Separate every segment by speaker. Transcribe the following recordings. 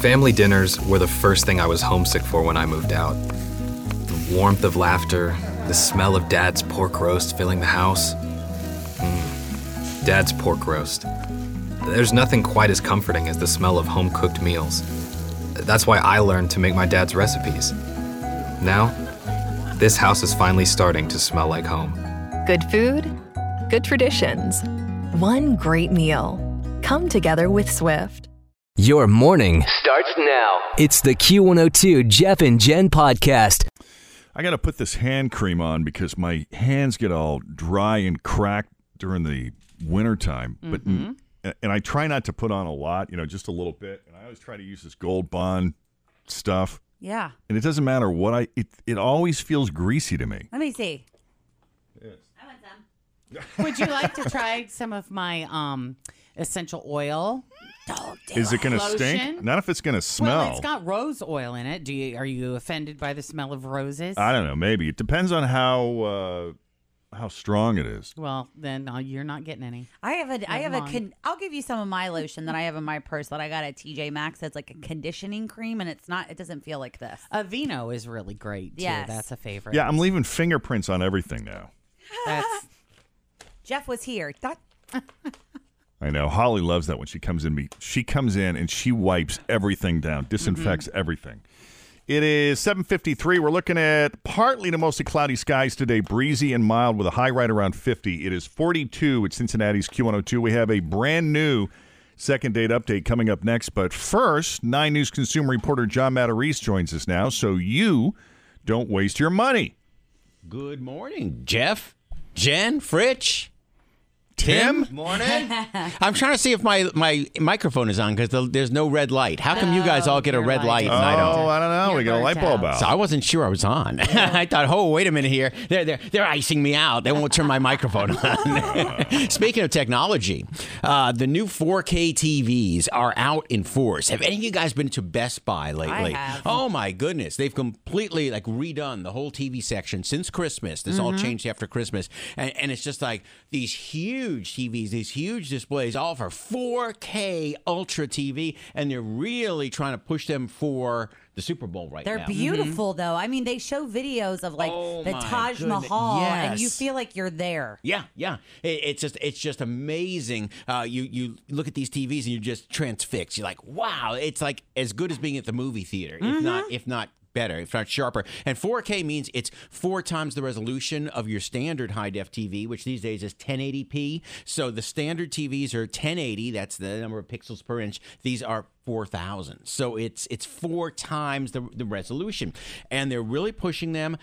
Speaker 1: Family dinners were the first thing I was homesick for when I moved out. The warmth of laughter, the smell of dad's pork roast filling the house. Mm, Dad's pork roast. There's nothing quite as comforting as the smell of home cooked meals. That's why I learned to make my dad's recipes. Now, this house is finally starting to smell like home.
Speaker 2: Good food, good traditions, one great meal. Come together with Swift.
Speaker 3: Your morning
Speaker 4: starts now.
Speaker 3: It's the Q102 Jeff and Jen podcast.
Speaker 5: I got to put this hand cream on because my hands get all dry and cracked during the wintertime. But
Speaker 6: Mm-hmm.
Speaker 5: and- and I try not to put on a lot, you know, just a little bit. And I always try to use this Gold Bond stuff.
Speaker 6: Yeah.
Speaker 5: And it doesn't matter what I it it always feels greasy to me.
Speaker 6: Let me see. I want some. Would you like to try some of my um essential oil?
Speaker 5: Is it going to
Speaker 6: Lotion?
Speaker 5: stink? Not if it's going to smell.
Speaker 6: Well, it's got rose oil in it. Do you are you offended by the smell of roses?
Speaker 5: I don't know, maybe. It depends on how uh how strong it is.
Speaker 6: well, then uh, you're not getting any.
Speaker 7: I have a I
Speaker 6: Never
Speaker 7: have a
Speaker 6: mind.
Speaker 7: con- I'll give you some of my lotion that I have in my purse that I got at TJ Maxx that's like a conditioning cream and it's not it doesn't feel like this.
Speaker 6: Aveeno is really great too.
Speaker 7: Yes.
Speaker 6: That's a favorite.
Speaker 5: Yeah, I'm leaving fingerprints on everything now.
Speaker 6: That's
Speaker 7: Jeff was here. That
Speaker 5: I know. Holly loves that when she comes in me. She comes in and she wipes everything down, disinfects everything. It is 7:53. We're looking at partly to mostly cloudy skies today, breezy and mild with a high right around 50. It is 42 at Cincinnati's Q102. We have a brand new second date update coming up next, but first, 9 News consumer reporter John Matarese joins us now, so you don't waste your money.
Speaker 8: Good morning, Jeff, Jen, Fritch, Tim. Morning. I'm trying to see if my my microphone is on because the, there's no red light. How come you guys all get a
Speaker 6: your
Speaker 8: red
Speaker 6: light
Speaker 8: light and
Speaker 5: Oh,
Speaker 6: is
Speaker 8: I don't?
Speaker 5: I don't know. we got a
Speaker 6: You're
Speaker 5: light bulb
Speaker 6: burnt
Speaker 5: out.
Speaker 8: So I wasn't sure I was on. I thought, oh, wait a minute here. They're, they're, they're icing me out. They won't turn my microphone on. Speaking of technology, uh, the new 4K TVs are out in force. Have any of you guys been to Best Buy lately?
Speaker 7: have.
Speaker 8: Oh, my goodness. They've completely like redone the whole TV section since Christmas. This
Speaker 7: Mm-hmm.
Speaker 8: all changed after Christmas. And, and it's just like these huge TVs, these huge displays, all for 4K Ultra TV. And they're really trying to push them for the Super Bowl right
Speaker 7: they're
Speaker 8: now.
Speaker 7: beautiful though. I mean, they show videos of like
Speaker 8: Oh,
Speaker 7: the
Speaker 8: my
Speaker 7: Taj
Speaker 8: goodness.
Speaker 7: Mahal and you
Speaker 8: Yes.
Speaker 7: feel like you're there.
Speaker 8: Yeah, yeah. It, it's just it's just amazing. Uh, you you look at these TVs and you're just transfixed. You're like, wow, it's like as good as being at the movie theater, if not if not better, if not sharper. And 4K means it's four times the resolution of your standard high def TV, which these days is 1080p. So the standard TVs are 1080. That's the number of pixels per inch. These are 4,000. So it's it's four times the, the resolution, and they're really pushing them.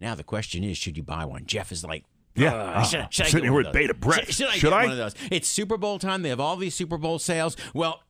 Speaker 8: Now the question is, should you buy one? Jeff is like,
Speaker 5: Yeah.
Speaker 8: uh, should, I- should I
Speaker 5: Sitting
Speaker 8: get
Speaker 5: here
Speaker 8: one
Speaker 5: with
Speaker 8: of those?
Speaker 5: bated breath.
Speaker 8: Should, should I
Speaker 5: Should
Speaker 8: get
Speaker 5: I?
Speaker 8: one of those? It's Super Bowl time. They have all these Super Bowl sales. Well,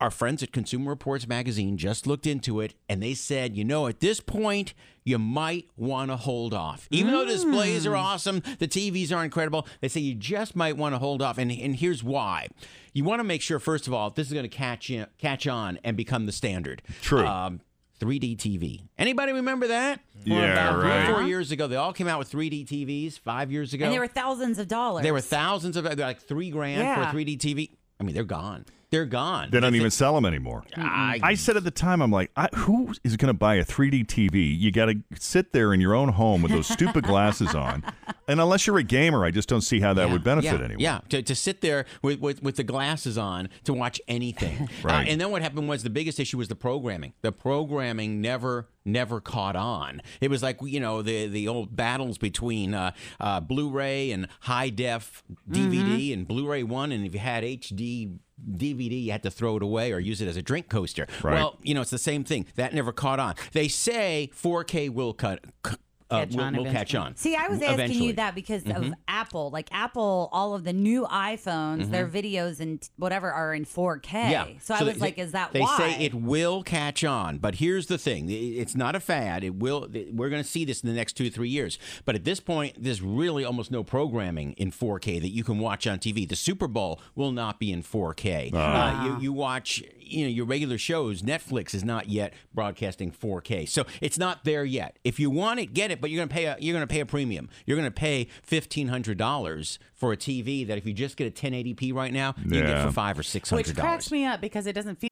Speaker 8: our friends at Consumer Reports magazine just looked into it and they said, you know, at this point, you might want to hold off. Even though displays
Speaker 5: Mm.
Speaker 8: are awesome, the TVs are incredible, they say you just might want to hold off. And, and here's why. You want to make sure, first of all, if this is going to catch, in, catch on and become the standard.
Speaker 5: True.
Speaker 8: Um, 3D TV. Anybody remember that?
Speaker 5: Yeah,
Speaker 8: About
Speaker 5: right.
Speaker 8: Four years ago, they all came out with 3D TVs. Five years ago,
Speaker 7: And they were thousands of dollars.
Speaker 8: there were thousands of they're like three grand for
Speaker 6: Yeah.
Speaker 8: a 3D TV. I mean, they're gone.
Speaker 9: They're gone.
Speaker 5: They don't even sell them anymore.
Speaker 9: I-
Speaker 5: I said at the time, I'm like, I, who is going to buy a 3D TV? You got to sit there in your own home with those stupid glasses on. And unless you're a gamer, I just don't see how that
Speaker 9: Yeah,
Speaker 5: would benefit
Speaker 9: yeah,
Speaker 5: anyone.
Speaker 9: Yeah, to, to sit there with, with, with the glasses on to watch anything.
Speaker 5: Right.
Speaker 9: Uh, and then what happened was the biggest issue was the programming. The programming never never caught on. It was like you know the the old battles between uh, uh, Blu-ray and high def DVD and Blu-ray one, and if you had HD. DVD, you had to throw it away or use it as a drink coaster.
Speaker 5: Right.
Speaker 9: Well, you know, it's the same thing. That never caught on. They say 4K will cut, c- uh,
Speaker 8: Catch
Speaker 9: will,
Speaker 8: on
Speaker 9: will catch
Speaker 8: eventually.
Speaker 9: on.
Speaker 10: See, I was asking
Speaker 9: Eventually.
Speaker 10: you that because of
Speaker 8: Mm-hmm.
Speaker 10: Apple. Like Apple, all of the new iPhones, their videos and whatever are in 4K. So, I was
Speaker 9: they-
Speaker 10: like, is that
Speaker 9: they
Speaker 10: why?
Speaker 9: say it will catch on? But here's the thing: i- it's not a fad. It will. th- We're going to see this in the next two three years. But at this point, there's really almost no programming in 4K that you can watch on TV. The Super Bowl will not be in 4K. Uh, you, you watch, you know, your regular shows. Netflix is not yet broadcasting 4K, so it's not there yet. If you want it, get it. But you're going to pay. A, you're going to pay a premium. You're going to pay fifteen hundred dollars for a TV that if you just get a 1080p right now, you can get
Speaker 5: Yeah.
Speaker 9: for five or six hundred
Speaker 8: Which
Speaker 9: dollars.
Speaker 8: cracks me up because it doesn't feel.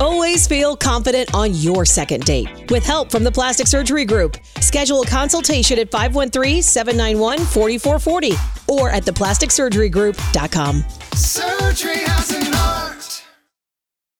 Speaker 7: Always feel confident on your second date. With help from the Plastic Surgery Group, schedule a consultation at 513 791 4440 or at theplasticsurgerygroup.com.
Speaker 11: Surgery has an art.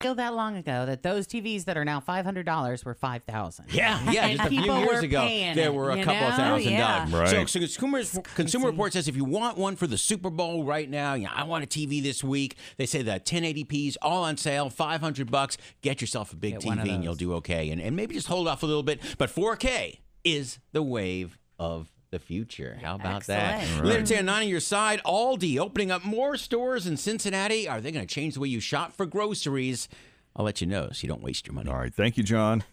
Speaker 8: feel that long ago that those TVs that are now five hundred dollars were five thousand.
Speaker 9: Yeah, yeah. Just a few
Speaker 8: people
Speaker 9: years
Speaker 8: were
Speaker 9: ago,
Speaker 8: paying
Speaker 9: Uh, there
Speaker 8: it,
Speaker 9: were a
Speaker 8: you
Speaker 9: couple of
Speaker 8: know?
Speaker 9: thousand
Speaker 10: Yeah.
Speaker 9: dollars.
Speaker 5: Right.
Speaker 9: So, so consumers, Consumer Report says if you want one for the Super Bowl right now, you know, I want a TV this week. They say the 1080p's all on sale, 500 bucks. Get yourself a big
Speaker 8: Get one of
Speaker 9: TV and
Speaker 8: those.
Speaker 9: you'll do okay. And, and maybe just hold off a little bit. But 4K is the wave of the future. How about that?
Speaker 10: Excellent.
Speaker 9: Libertarian on your side, Aldi opening up more stores in Cincinnati. Are they going to change the way you shop for groceries? I'll let you know so you don't waste your money.
Speaker 5: All right. Thank you, John.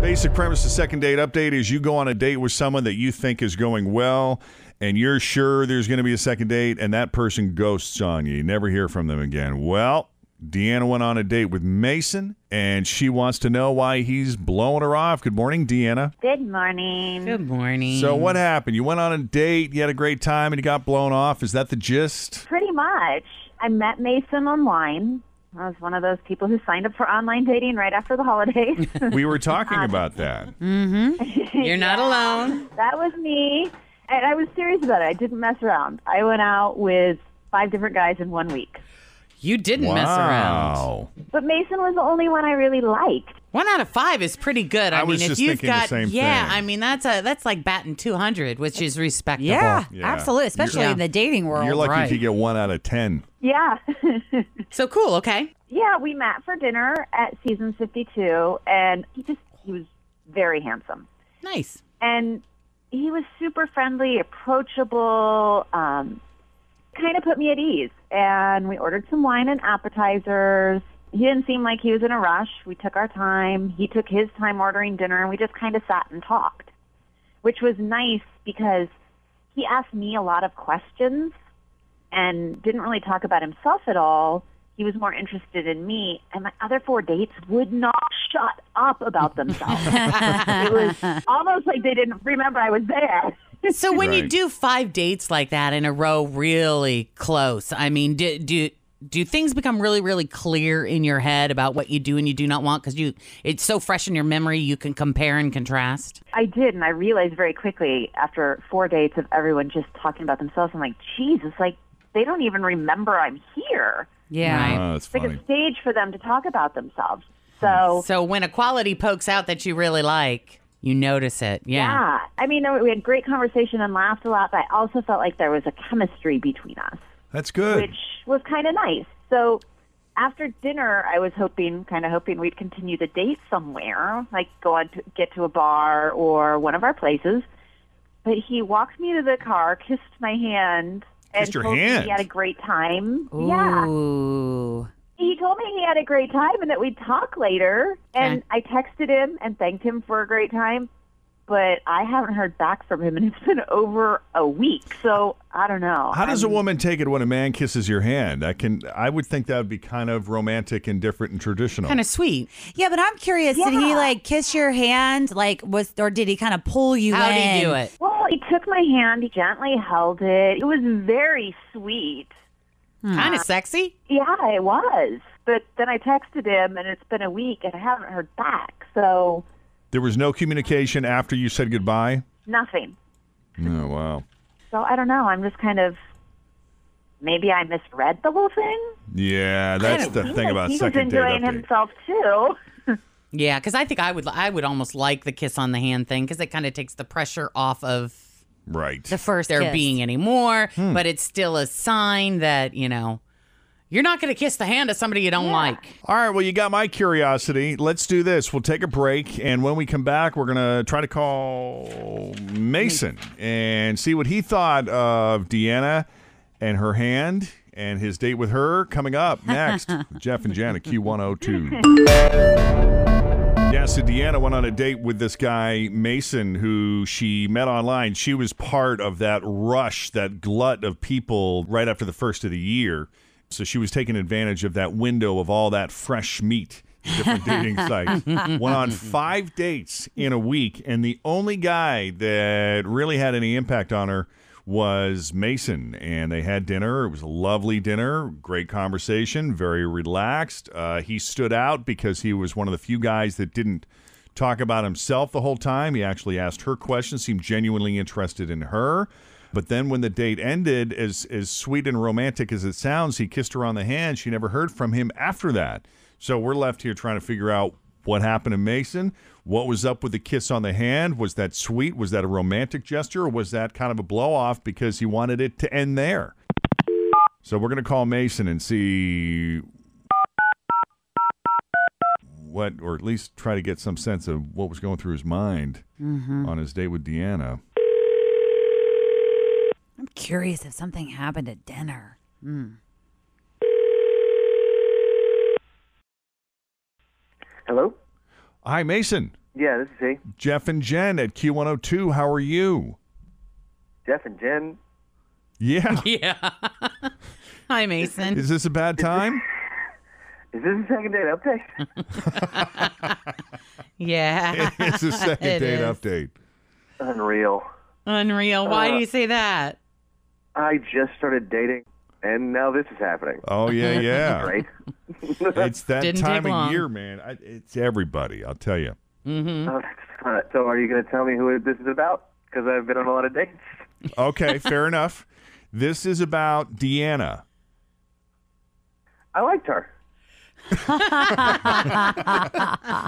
Speaker 5: Basic premise the second date update is you go on a date with someone that you think is going well and you're sure there's going to be a second date and that person ghosts on you. You never hear from them again. Well, Deanna went on a date with Mason and she wants to know why he's blowing her off. Good morning, Deanna.
Speaker 7: Good morning.
Speaker 8: Good morning.
Speaker 5: So, what happened? You went on a date, you had a great time, and you got blown off. Is that the gist?
Speaker 7: Pretty much. I met Mason online. I was one of those people who signed up for online dating right after the holidays.
Speaker 5: We were talking about that.
Speaker 8: Mm, You're not alone.
Speaker 7: that was me. And I was serious about it. I didn't mess around. I went out with five different guys in one week.
Speaker 8: You didn't mess around.
Speaker 5: Wow.
Speaker 7: But Mason was the only one I really liked.
Speaker 8: One out of five is pretty good. I,
Speaker 5: I
Speaker 8: mean,
Speaker 5: was
Speaker 8: if
Speaker 5: just
Speaker 8: you've
Speaker 5: thinking the
Speaker 8: got
Speaker 5: same
Speaker 8: yeah,
Speaker 5: thing.
Speaker 8: I mean that's a that's like batting two hundred, which is respectable.
Speaker 10: yeah,
Speaker 5: Yeah.
Speaker 10: absolutely. Especially
Speaker 8: Yeah.
Speaker 10: in the dating world.
Speaker 5: You're lucky
Speaker 8: right.
Speaker 5: if you get one out of 10.
Speaker 7: Yeah.
Speaker 8: So cool. Okay.
Speaker 7: yeah, we met for dinner at season 52, and he just, he was very handsome.
Speaker 8: Nice.
Speaker 7: and he was super friendly, approachable, um, kind of put me at ease. And we ordered some wine and appetizers. He didn't seem like he was in a rush. We took our time. He took his time ordering dinner, and we just kind of sat and talked, which was nice because he asked me a lot of questions and didn't really talk about himself at all. He was more interested in me, and my other four dates would not shut up about themselves. it was almost like they didn't remember I was there.
Speaker 8: So when you
Speaker 5: Right.
Speaker 8: do five dates like that in a row, really close, I mean, do do do things become really really clear in your head about what you do and you do not want because you it's so fresh in your memory you can compare and contrast.
Speaker 7: I did, and I realized very quickly after four dates of everyone just talking about themselves, I'm like, Jesus, like they don't even remember I'm here.
Speaker 8: Yeah.
Speaker 5: Oh, that's
Speaker 7: It's like
Speaker 5: funny.
Speaker 7: a stage for them to talk about themselves. So
Speaker 8: So when a quality pokes out that you really like, you notice it. Yeah.
Speaker 7: yeah, I mean, we had great conversation and laughed a lot, but I also felt like there was a chemistry between us.
Speaker 5: That's good.
Speaker 7: which was kind of nice. So after dinner, I was hoping, kind of hoping we'd continue the date somewhere, like go on to get to a bar or one of our places. But he walked me to the car, kissed my hand, and
Speaker 5: Kissed your
Speaker 7: told me
Speaker 5: hand.
Speaker 7: he had a great time. Yeah.
Speaker 8: Ooh.
Speaker 7: He told me he had a great time and that we'd talk later. And
Speaker 8: Okay.
Speaker 7: I texted him and thanked him for a great time, but I haven't heard back from him, and it's been over a week. So I don't know.
Speaker 5: How does a woman take it when a man kisses your hand? I can. I would think that would be kind of romantic and different and traditional.
Speaker 8: Kind of sweet.
Speaker 10: Yeah, but I'm curious. Did he
Speaker 7: Yeah.
Speaker 10: like kiss your hand? Like was or did he kind of pull you
Speaker 8: How
Speaker 10: in?
Speaker 8: do you do it?
Speaker 7: Well, he took my hand. He gently held it. It was very sweet.
Speaker 10: Hmm.
Speaker 8: Kind of sexy.
Speaker 7: Yeah, it was. But then I texted him, and it's been a week, and I haven't heard back. So
Speaker 5: there was no communication after you said goodbye.
Speaker 7: nothing.
Speaker 5: Oh wow.
Speaker 7: So I don't know. I'm just kind of maybe I misread the whole thing.
Speaker 5: Yeah, that's the
Speaker 7: Seems
Speaker 5: thing
Speaker 7: like
Speaker 5: about
Speaker 7: he
Speaker 5: second
Speaker 7: was
Speaker 5: date
Speaker 7: enjoying
Speaker 5: update.
Speaker 7: himself too.
Speaker 8: Yeah, because I think I would I would almost like the kiss on the hand thing because it kind of takes the pressure off of
Speaker 5: Right.
Speaker 10: The first
Speaker 8: there
Speaker 10: kiss.
Speaker 8: being any more. But it's still a sign that you know you're not going to kiss the hand of somebody you don't like.
Speaker 5: All right, well, you got my curiosity. Let's do this. We'll take a break, and when we come back, we're going to try to call Mason and see what he thought of Deanna and her hand and his date with her coming up next. Jeff and Janet, Q102. Yeah, so Deanna went on a date with this guy, Mason, who she met online. She was part of that rush, that glut of people right after the first of the year. So she was taking advantage of that window of all that fresh meat, different dating sites. Went on five dates in a week, and the only guy that really had any impact on her was Mason. And they had dinner. It was a lovely dinner, great conversation, very relaxed. Uh, he stood out because he was one of the few guys that didn't talk about himself the whole time. He actually asked her questions, seemed genuinely interested in her. But then when the date ended, as as sweet and romantic as it sounds, he kissed her on the hand. She never heard from him after that. So we're left here trying to figure out what happened to Mason. What was up with the kiss on the hand? Was that sweet? Was that a romantic gesture? Or was that kind of a blow off because he wanted it to end there? So we're going to call Mason and see what, or at least try to get some sense of what was going through his mind
Speaker 8: Mm-hmm.
Speaker 5: on his date with Deanna.
Speaker 10: I'm curious if something happened at dinner. Mm.
Speaker 12: Hello?
Speaker 5: Hi, Mason.
Speaker 12: Yeah, this is he.
Speaker 5: Jeff and Jen at Q102. How are you?
Speaker 12: Jeff and Jen.
Speaker 5: Yeah.
Speaker 8: Yeah. Hi, Mason.
Speaker 5: Is this a bad time?
Speaker 12: Is this a second date update?
Speaker 8: Yeah.
Speaker 5: it's a second
Speaker 8: It
Speaker 5: date
Speaker 8: is.
Speaker 5: update.
Speaker 12: Unreal. Uh,
Speaker 8: Unreal. Why do you say that?
Speaker 12: I just started dating, and now this is happening.
Speaker 5: Oh, yeah, yeah.
Speaker 12: Great.
Speaker 5: It's that
Speaker 8: Didn't
Speaker 5: time
Speaker 8: take
Speaker 5: of
Speaker 8: long. Mm-hmm.
Speaker 5: year, man. I, it's everybody, I'll tell you.
Speaker 12: Oh, that's fun. so, are you going to tell me who this is about? Because I've been on a lot of dates.
Speaker 5: Okay, fair enough. This is about Deanna.
Speaker 12: I liked her.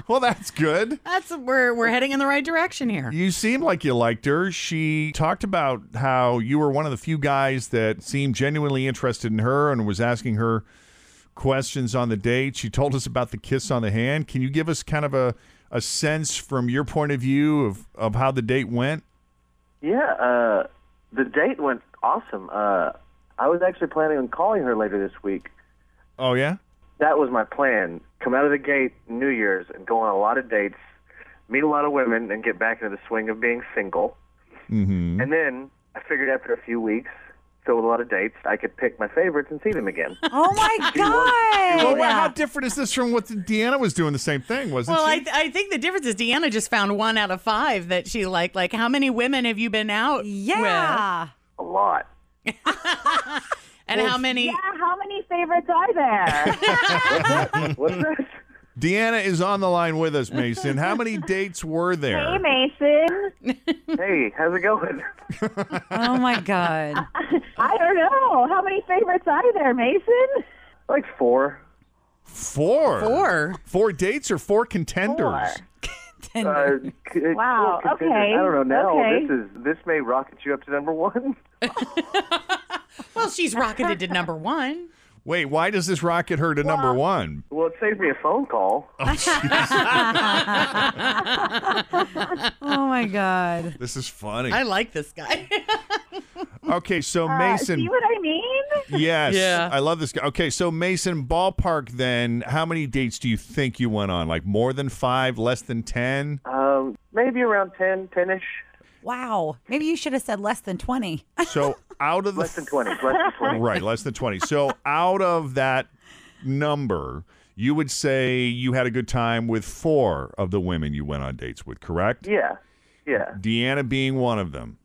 Speaker 5: Well, that's good.
Speaker 8: That's we're we're heading in the right direction here.
Speaker 5: You seem like you liked her. She talked about how you were one of the few guys that seemed genuinely interested in her and was asking her questions on the date. She told us about the kiss on the hand. Can you give us kind of a, a sense from your point of view of, of how the date went?
Speaker 12: Yeah, uh, the date went awesome. Uh, I was actually planning on calling her later this week.
Speaker 5: Oh, yeah?
Speaker 12: That was my plan. Come out of the gate New Year's and go on a lot of dates, meet a lot of women, and get back into the swing of being single.
Speaker 5: Mm-hmm.
Speaker 12: And then I figured after a few weeks, filled a lot of dates, I could pick my favorites and see them again.
Speaker 10: Oh my god!
Speaker 5: Well, well, how different is this from what Deanna was doing? The same thing, wasn't
Speaker 8: Well,
Speaker 5: she?
Speaker 8: I, th- I think the difference is Deanna just found one out of five that she liked. Like, how many women have you been out with?
Speaker 10: yeah.
Speaker 12: a lot.
Speaker 8: And how many?
Speaker 7: Yeah, how many favorites are there?
Speaker 12: What's this?
Speaker 5: Deanna is on the line with us, Mason. How many dates were
Speaker 7: hey,
Speaker 5: there?
Speaker 7: Mason.
Speaker 12: Hey, how's it going?
Speaker 10: Oh my god.
Speaker 7: I don't know. How many favorites are there, Mason?
Speaker 12: Like four.
Speaker 5: Four.
Speaker 8: Four.
Speaker 5: Four dates or four contenders?
Speaker 12: Uh, c- uh,
Speaker 7: Wow,
Speaker 12: four contenders.
Speaker 7: okay,
Speaker 12: I don't know. Now
Speaker 7: okay.
Speaker 12: this is this may rocket you up to number one.
Speaker 8: Well, she's rocketed to number one.
Speaker 5: Wait, why does this rocket her to number one?
Speaker 12: Well, it saved me a phone call.
Speaker 10: Oh my god. Oh
Speaker 5: This is funny.
Speaker 8: I like this guy.
Speaker 5: Okay, so
Speaker 7: Uh,
Speaker 5: Mason.
Speaker 7: see what I mean?
Speaker 5: Yes.
Speaker 7: Yeah.
Speaker 5: I love this guy. Okay, so Mason, ballpark then, how many dates do you think you went on? Like more than five, less than 10?
Speaker 12: Um, maybe around 10, 10 ish.
Speaker 10: Wow. Maybe you should have said less than 20.
Speaker 5: So out of the.
Speaker 12: Uh, Less than 20. Less than 20.
Speaker 5: Right, less than 20. So out of that number, you would say you had a good time with four of the women you went on dates with, correct?
Speaker 12: Yeah. Yeah.
Speaker 5: Deanna being one of them.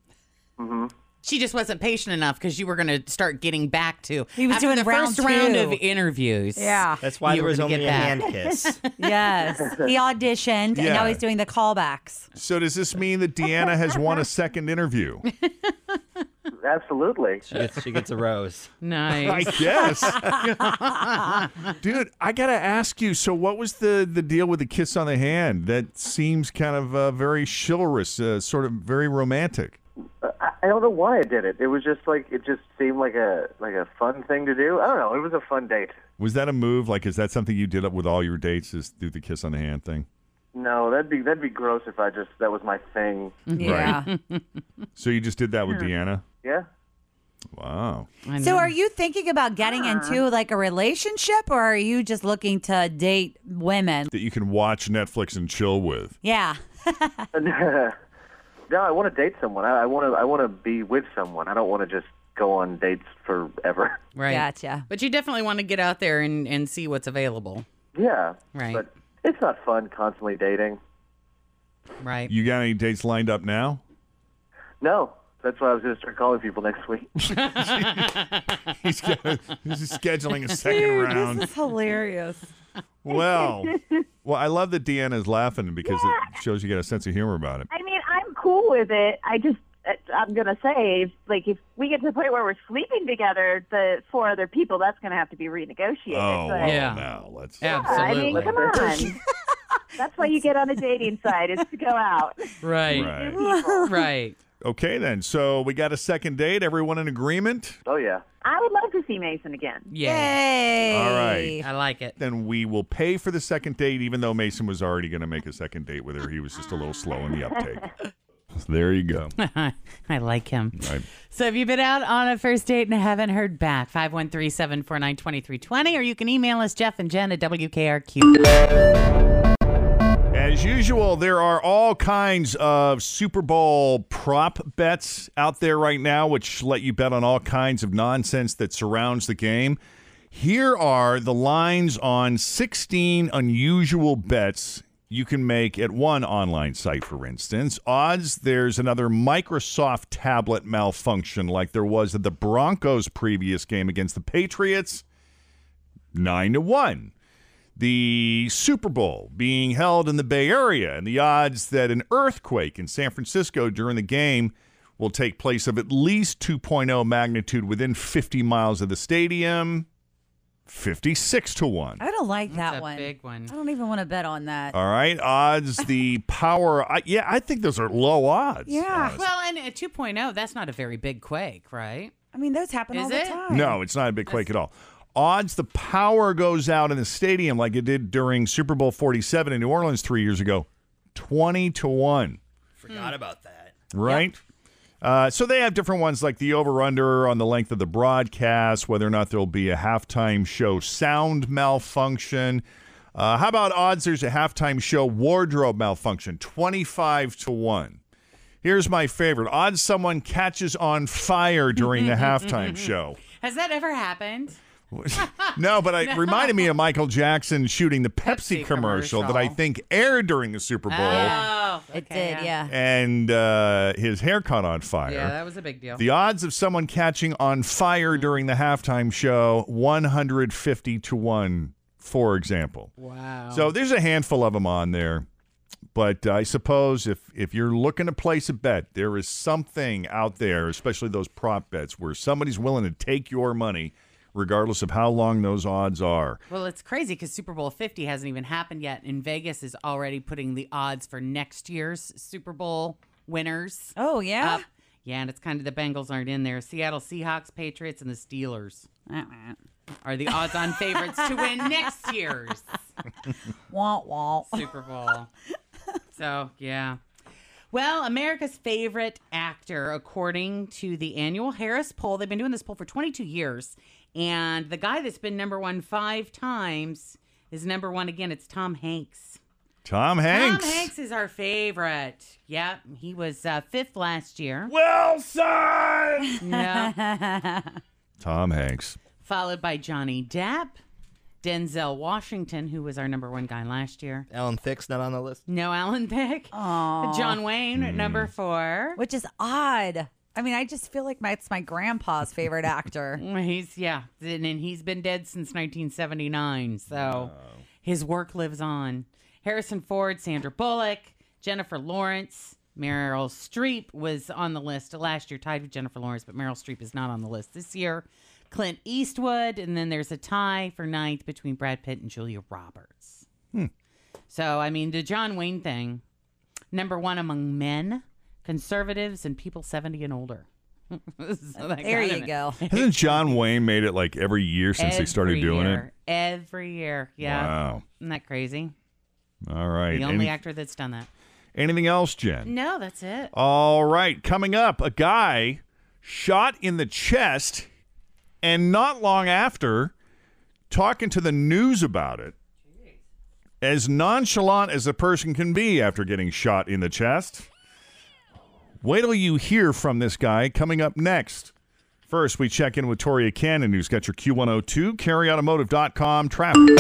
Speaker 12: Mm-hmm.
Speaker 8: She just wasn't patient enough because you were going to start getting back to.
Speaker 10: He was
Speaker 8: after
Speaker 10: doing
Speaker 8: the
Speaker 10: round
Speaker 8: first round
Speaker 10: two.
Speaker 8: of interviews.
Speaker 10: Yeah.
Speaker 13: That's why
Speaker 8: you
Speaker 13: there
Speaker 8: were
Speaker 13: was
Speaker 8: gonna
Speaker 13: only
Speaker 8: get
Speaker 13: a
Speaker 8: back.
Speaker 13: hand kiss.
Speaker 10: yes. He auditioned and now
Speaker 5: Yeah.
Speaker 10: he's doing the callbacks.
Speaker 5: So does this mean that Deanna has won a second interview?
Speaker 12: Absolutely.
Speaker 13: She gets, she gets a rose.
Speaker 5: I guess. Dude, I got to ask you. So, what was the, the deal with the kiss on the hand? That seems kind of uh, very chivalrous, uh, sort of very romantic.
Speaker 12: I, I don't know why I did it. It was just like it just seemed like a like a fun thing to do. I don't know. It was a fun date.
Speaker 5: Was that a move? Like, is that something you did up with all your dates? Is do the kiss on the hand thing?
Speaker 12: No, that'd be that'd be gross if I just that was my thing. Hmm.
Speaker 5: Right. so you just did that with Deanna?
Speaker 12: Yeah.
Speaker 5: Wow.
Speaker 10: So are you thinking about getting into like a relationship or are you just looking to date women?
Speaker 5: that you can watch Netflix and chill with?
Speaker 10: Yeah.
Speaker 12: no, I want to date someone. I, I want to I want to be with someone. I don't want to just go on dates forever.
Speaker 8: Right.
Speaker 10: Gotcha.
Speaker 8: But you definitely want to get out there and, and see what's available.
Speaker 12: Yeah.
Speaker 8: Right.
Speaker 12: But it's not fun constantly dating.
Speaker 8: Right.
Speaker 5: You got any dates lined up now?
Speaker 12: No. That's why I was going to start calling people next week.
Speaker 5: He's, got, he's scheduling a second round.
Speaker 10: This is hilarious.
Speaker 5: Well, well, I love that Deanna's laughing because it shows you got a sense of humor about it.
Speaker 7: I mean, I'm cool with it. I just, I'm gonna say, if, like, if we get to the point where we're sleeping together, the four other people, that's gonna have to be renegotiated.
Speaker 5: Oh,
Speaker 7: but-
Speaker 5: well, now let's.
Speaker 7: Yeah, I mean, come on. that's why you get on a dating site is to go out.
Speaker 5: Right.
Speaker 8: right.
Speaker 5: Okay, then. So we got a second date. Everyone in agreement?
Speaker 12: Oh yeah.
Speaker 7: I would love to see Mason again.
Speaker 10: Yay.
Speaker 5: All right.
Speaker 8: I like it.
Speaker 5: Then we will pay for the second date, even though Mason was already going to make a second date with her. He was just a little slow in the uptake. So there you go.
Speaker 8: I like him. So have you been out on a first date and haven't heard back? 513-749-2320. Or you can email us, Jeff and Jen at WKRQ.
Speaker 5: As usual, there are all kinds of Super Bowl prop bets out there right now, which let you bet on all kinds of nonsense that surrounds the game. Here are the lines on 16 unusual bets you can make at one online site, for instance. Odds there's another Microsoft tablet malfunction like there was at the Broncos' previous game against the Patriots. Nine to one the Super Bowl being held in the Bay Area and the odds that an earthquake in San Francisco during the game will take place of at least 2.0 magnitude within 50 miles of the stadium 56 to 1.
Speaker 10: I don't like that
Speaker 8: a
Speaker 10: one.
Speaker 8: big one.
Speaker 10: I don't even want to bet on that.
Speaker 5: All right, odds the power I, yeah, I think those are low odds.
Speaker 10: yeah.
Speaker 8: Well, and a 2.0, oh, that's not a very big quake, right?
Speaker 10: I mean, those happen
Speaker 8: Is
Speaker 10: all the
Speaker 8: it?
Speaker 10: time.
Speaker 5: No, it's not a big quake at all. Odds the power goes out in the stadium like it did during Super Bowl 47 in New Orleans 3 years ago 20 to 1.
Speaker 13: Forgot about that.
Speaker 5: right? Uh, so they have different ones like the over under on the length of the broadcast, whether or not there'll be a halftime show sound malfunction. Uh, how about odds there's a halftime show wardrobe malfunction? 25 to 1. Here's my favorite odds someone catches on fire during the halftime show.
Speaker 8: Has that ever happened?
Speaker 5: No, but it
Speaker 8: No.
Speaker 5: reminded me of Michael Jackson shooting the Pepsi, commercial, that I
Speaker 8: commercial.
Speaker 5: think aired during the Super Bowl
Speaker 8: Oh,
Speaker 10: It did, yeah.
Speaker 5: and uh, his hair caught on fire.
Speaker 8: Yeah, Hmm. that was a big deal.
Speaker 5: The odds of someone catching on fire during the halftime show 150 to 1, for example.
Speaker 8: wow.
Speaker 5: So there's a handful of them on there. But I suppose if, if you're looking to place a bet, there is something out there, especially those prop bets, where somebody's willing to take your money, regardless of how long those odds are.
Speaker 8: Well, it's crazy because Super Bowl 50 hasn't even happened yet, and Vegas is already putting the odds for next year's Super Bowl winners.
Speaker 10: Oh, yeah?
Speaker 8: up. Yeah, and it's kind of the Bengals aren't in there. Seattle Seahawks, Patriots, and the Steelers
Speaker 10: Uh-uh.
Speaker 8: are the odds on favorites to win next year's
Speaker 10: Womp womp.
Speaker 8: Super Bowl. So, yeah. Well, America's favorite actor, according to the annual Harris poll, they've been doing this poll for 22 years, and the guy that's been number one five times is number one again. It's Tom Hanks.
Speaker 5: Tom Hanks.
Speaker 8: Tom Hanks is our favorite. Yep, he was uh, fifth last year.
Speaker 5: Wilson.
Speaker 8: No.
Speaker 5: Tom Hanks.
Speaker 8: Followed by Johnny Depp, Denzel Washington, who was our number one guy last year.
Speaker 13: Alan Thicke's not on the list. Mm-hmm.
Speaker 8: No Alan Thicke. John Wayne at number four.
Speaker 10: Which is odd. I mean, I just feel like my, it's my grandpa's favorite actor.
Speaker 8: Mm, He's yeah, and, and he's been dead since 1979, so his work lives on. Harrison Ford, Sandra Bullock, Jennifer Lawrence, Meryl Streep was on the list last year, tied with Jennifer Lawrence, but Meryl Streep is not on the list this year. Clint Eastwood, and then there's a tie for ninth between Brad Pitt and Julia Roberts.
Speaker 5: Hmm.
Speaker 8: So I mean, the John Wayne thing, number one among men, conservatives, and people 70 and older. So that
Speaker 10: There
Speaker 8: got
Speaker 10: you
Speaker 8: him.
Speaker 10: go.
Speaker 5: Hasn't John Wayne made it like every year since they started
Speaker 8: Every
Speaker 5: doing
Speaker 8: year. Every year. Yeah.
Speaker 5: Wow.
Speaker 8: Isn't that crazy?
Speaker 5: it? All right.
Speaker 8: The only
Speaker 5: Any-
Speaker 8: actor that's done that.
Speaker 5: anything else, Jen?
Speaker 8: No, that's it.
Speaker 5: Oh. All right, coming up, a guy shot in the chest, and not long after, talking to the news about it. As nonchalant as a person can be after getting shot in the chest. Wait till you hear from this guy coming up next. First, we check in with Toria Cannon, who's got your Q102, carryautomotive.com traffic.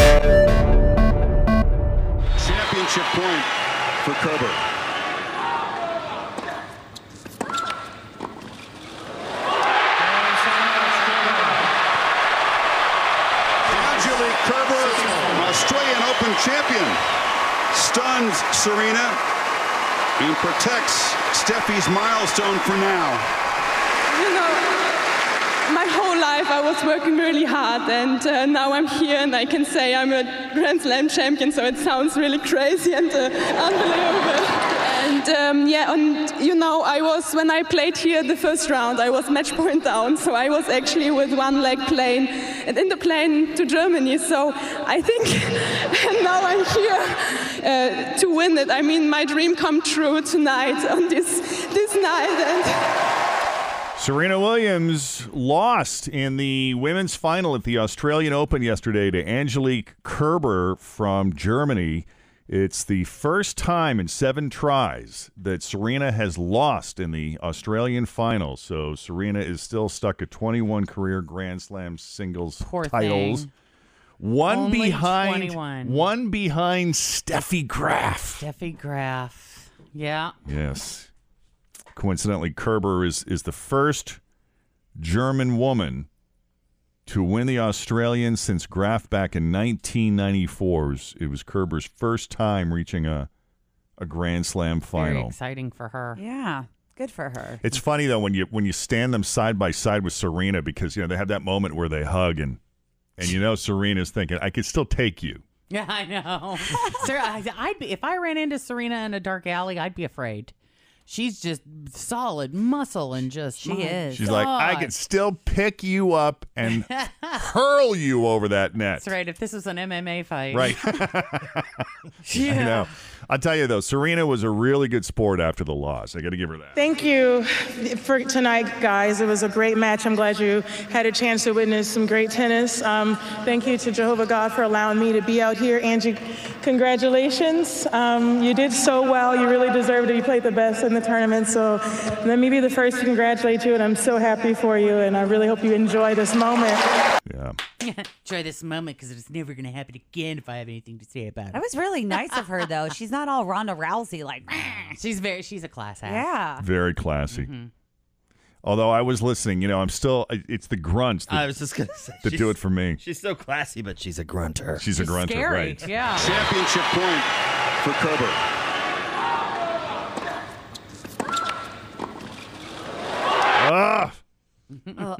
Speaker 14: Championship point for Kerber. Angelique Kerber, Australian Open champion, stuns Serena and protects Steffi's milestone for now.
Speaker 15: You know, my whole life I was working really hard, and uh, now I'm here, and I can say I'm a Grand Slam champion. So it sounds really crazy and uh, unbelievable. And um, yeah, and you know, I was when I played here the first round, I was match point down, so I was actually with one leg plane and in the plane to Germany. So I think, and now I'm here uh, to win it. I mean, my dream come true tonight on this this night. And,
Speaker 5: Serena Williams lost in the women's final at the Australian Open yesterday to Angelique Kerber from Germany. It's the first time in seven tries that Serena has lost in the Australian final. So Serena is still stuck at 21 career Grand Slam singles
Speaker 8: Poor
Speaker 5: titles.
Speaker 8: thing.
Speaker 5: One
Speaker 8: Only
Speaker 5: behind
Speaker 8: 21.
Speaker 5: one behind Steffi Graf.
Speaker 8: Steffi Graf. Yeah.
Speaker 5: Yes. Coincidentally, Kerber is is the first German woman to win the Australian since Graf back in 1994. It was, it was Kerber's first time reaching a a Grand Slam
Speaker 8: Very
Speaker 5: final.
Speaker 8: exciting for her.
Speaker 10: Yeah. Good for her.
Speaker 5: It's funny though when you when you stand them side by side with Serena because you know they have that moment where they hug and and you know Serena's thinking I could still take you.
Speaker 8: Yeah, I know. Sir, I, I'd be if I ran into Serena in a dark alley, I'd be afraid. She's just solid muscle and just she
Speaker 10: is.
Speaker 5: She's like I could still pick you up and hurl you over that net.
Speaker 8: That's right. If this was an MMA fight,
Speaker 5: Right. I know. I'll tell you though, Serena was a really good sport after the loss. I got to give her that.
Speaker 15: Thank you for tonight, guys. It was a great match. I'm glad you had a chance to witness some great tennis. Um, thank you to Jehovah God for allowing me to be out here. Angie, congratulations. Um, you did so well. You really deserved it. You played the best in the tournament. So let me be the first to congratulate you, and I'm so happy for you, and I really hope you enjoy this moment.
Speaker 5: Yeah.
Speaker 8: Enjoy this moment because it's never going to happen again. If I have anything to say about it,
Speaker 10: That was really nice of her, though. She's not all Ronda Rousey like.
Speaker 8: She's very. She's a class act.
Speaker 10: Yeah.
Speaker 5: Very classy.
Speaker 13: Mm-hmm.
Speaker 5: Although I was listening, you know, I'm still. I- It's the grunts. That,
Speaker 13: I was just gonna say
Speaker 5: that
Speaker 13: she's-
Speaker 5: do it for me.
Speaker 13: She's so classy, but she's a grunter.
Speaker 5: She's a She's grunter, scary, right.
Speaker 8: Yeah.
Speaker 14: Championship point for Kerber.
Speaker 5: Ugh. Ah!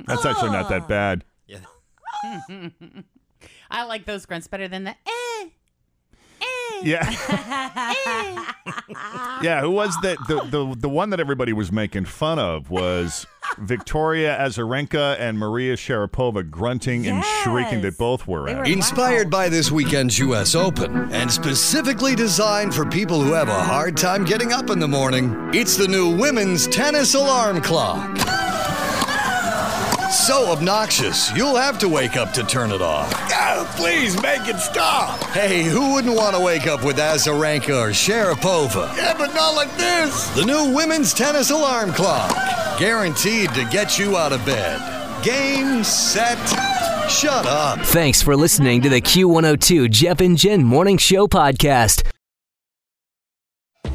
Speaker 5: That's actually not that bad.
Speaker 8: I like those grunts better than the eh.
Speaker 5: Yeah.
Speaker 8: eh.
Speaker 5: Yeah. Who was that? The, the the one that everybody was making fun of was Victoria Azarenka and Maria Sharapova grunting and shrieking that both were at.
Speaker 3: Inspired by this weekend's U.S. Open and specifically designed for people who have a hard time getting up in the morning, it's the new Women's Tennis Alarm Clock. So obnoxious, you'll have to wake up to turn it off. Oh, please make it stop. Hey, who wouldn't want to wake up with Azarenka or Sharapova? Yeah, but not like this. The new Women's Tennis Alarm Clock. Guaranteed to get you out of bed. Game, set, shut up.
Speaker 16: Thanks for listening to the Q102 Jeff and Jen Morning Show podcast.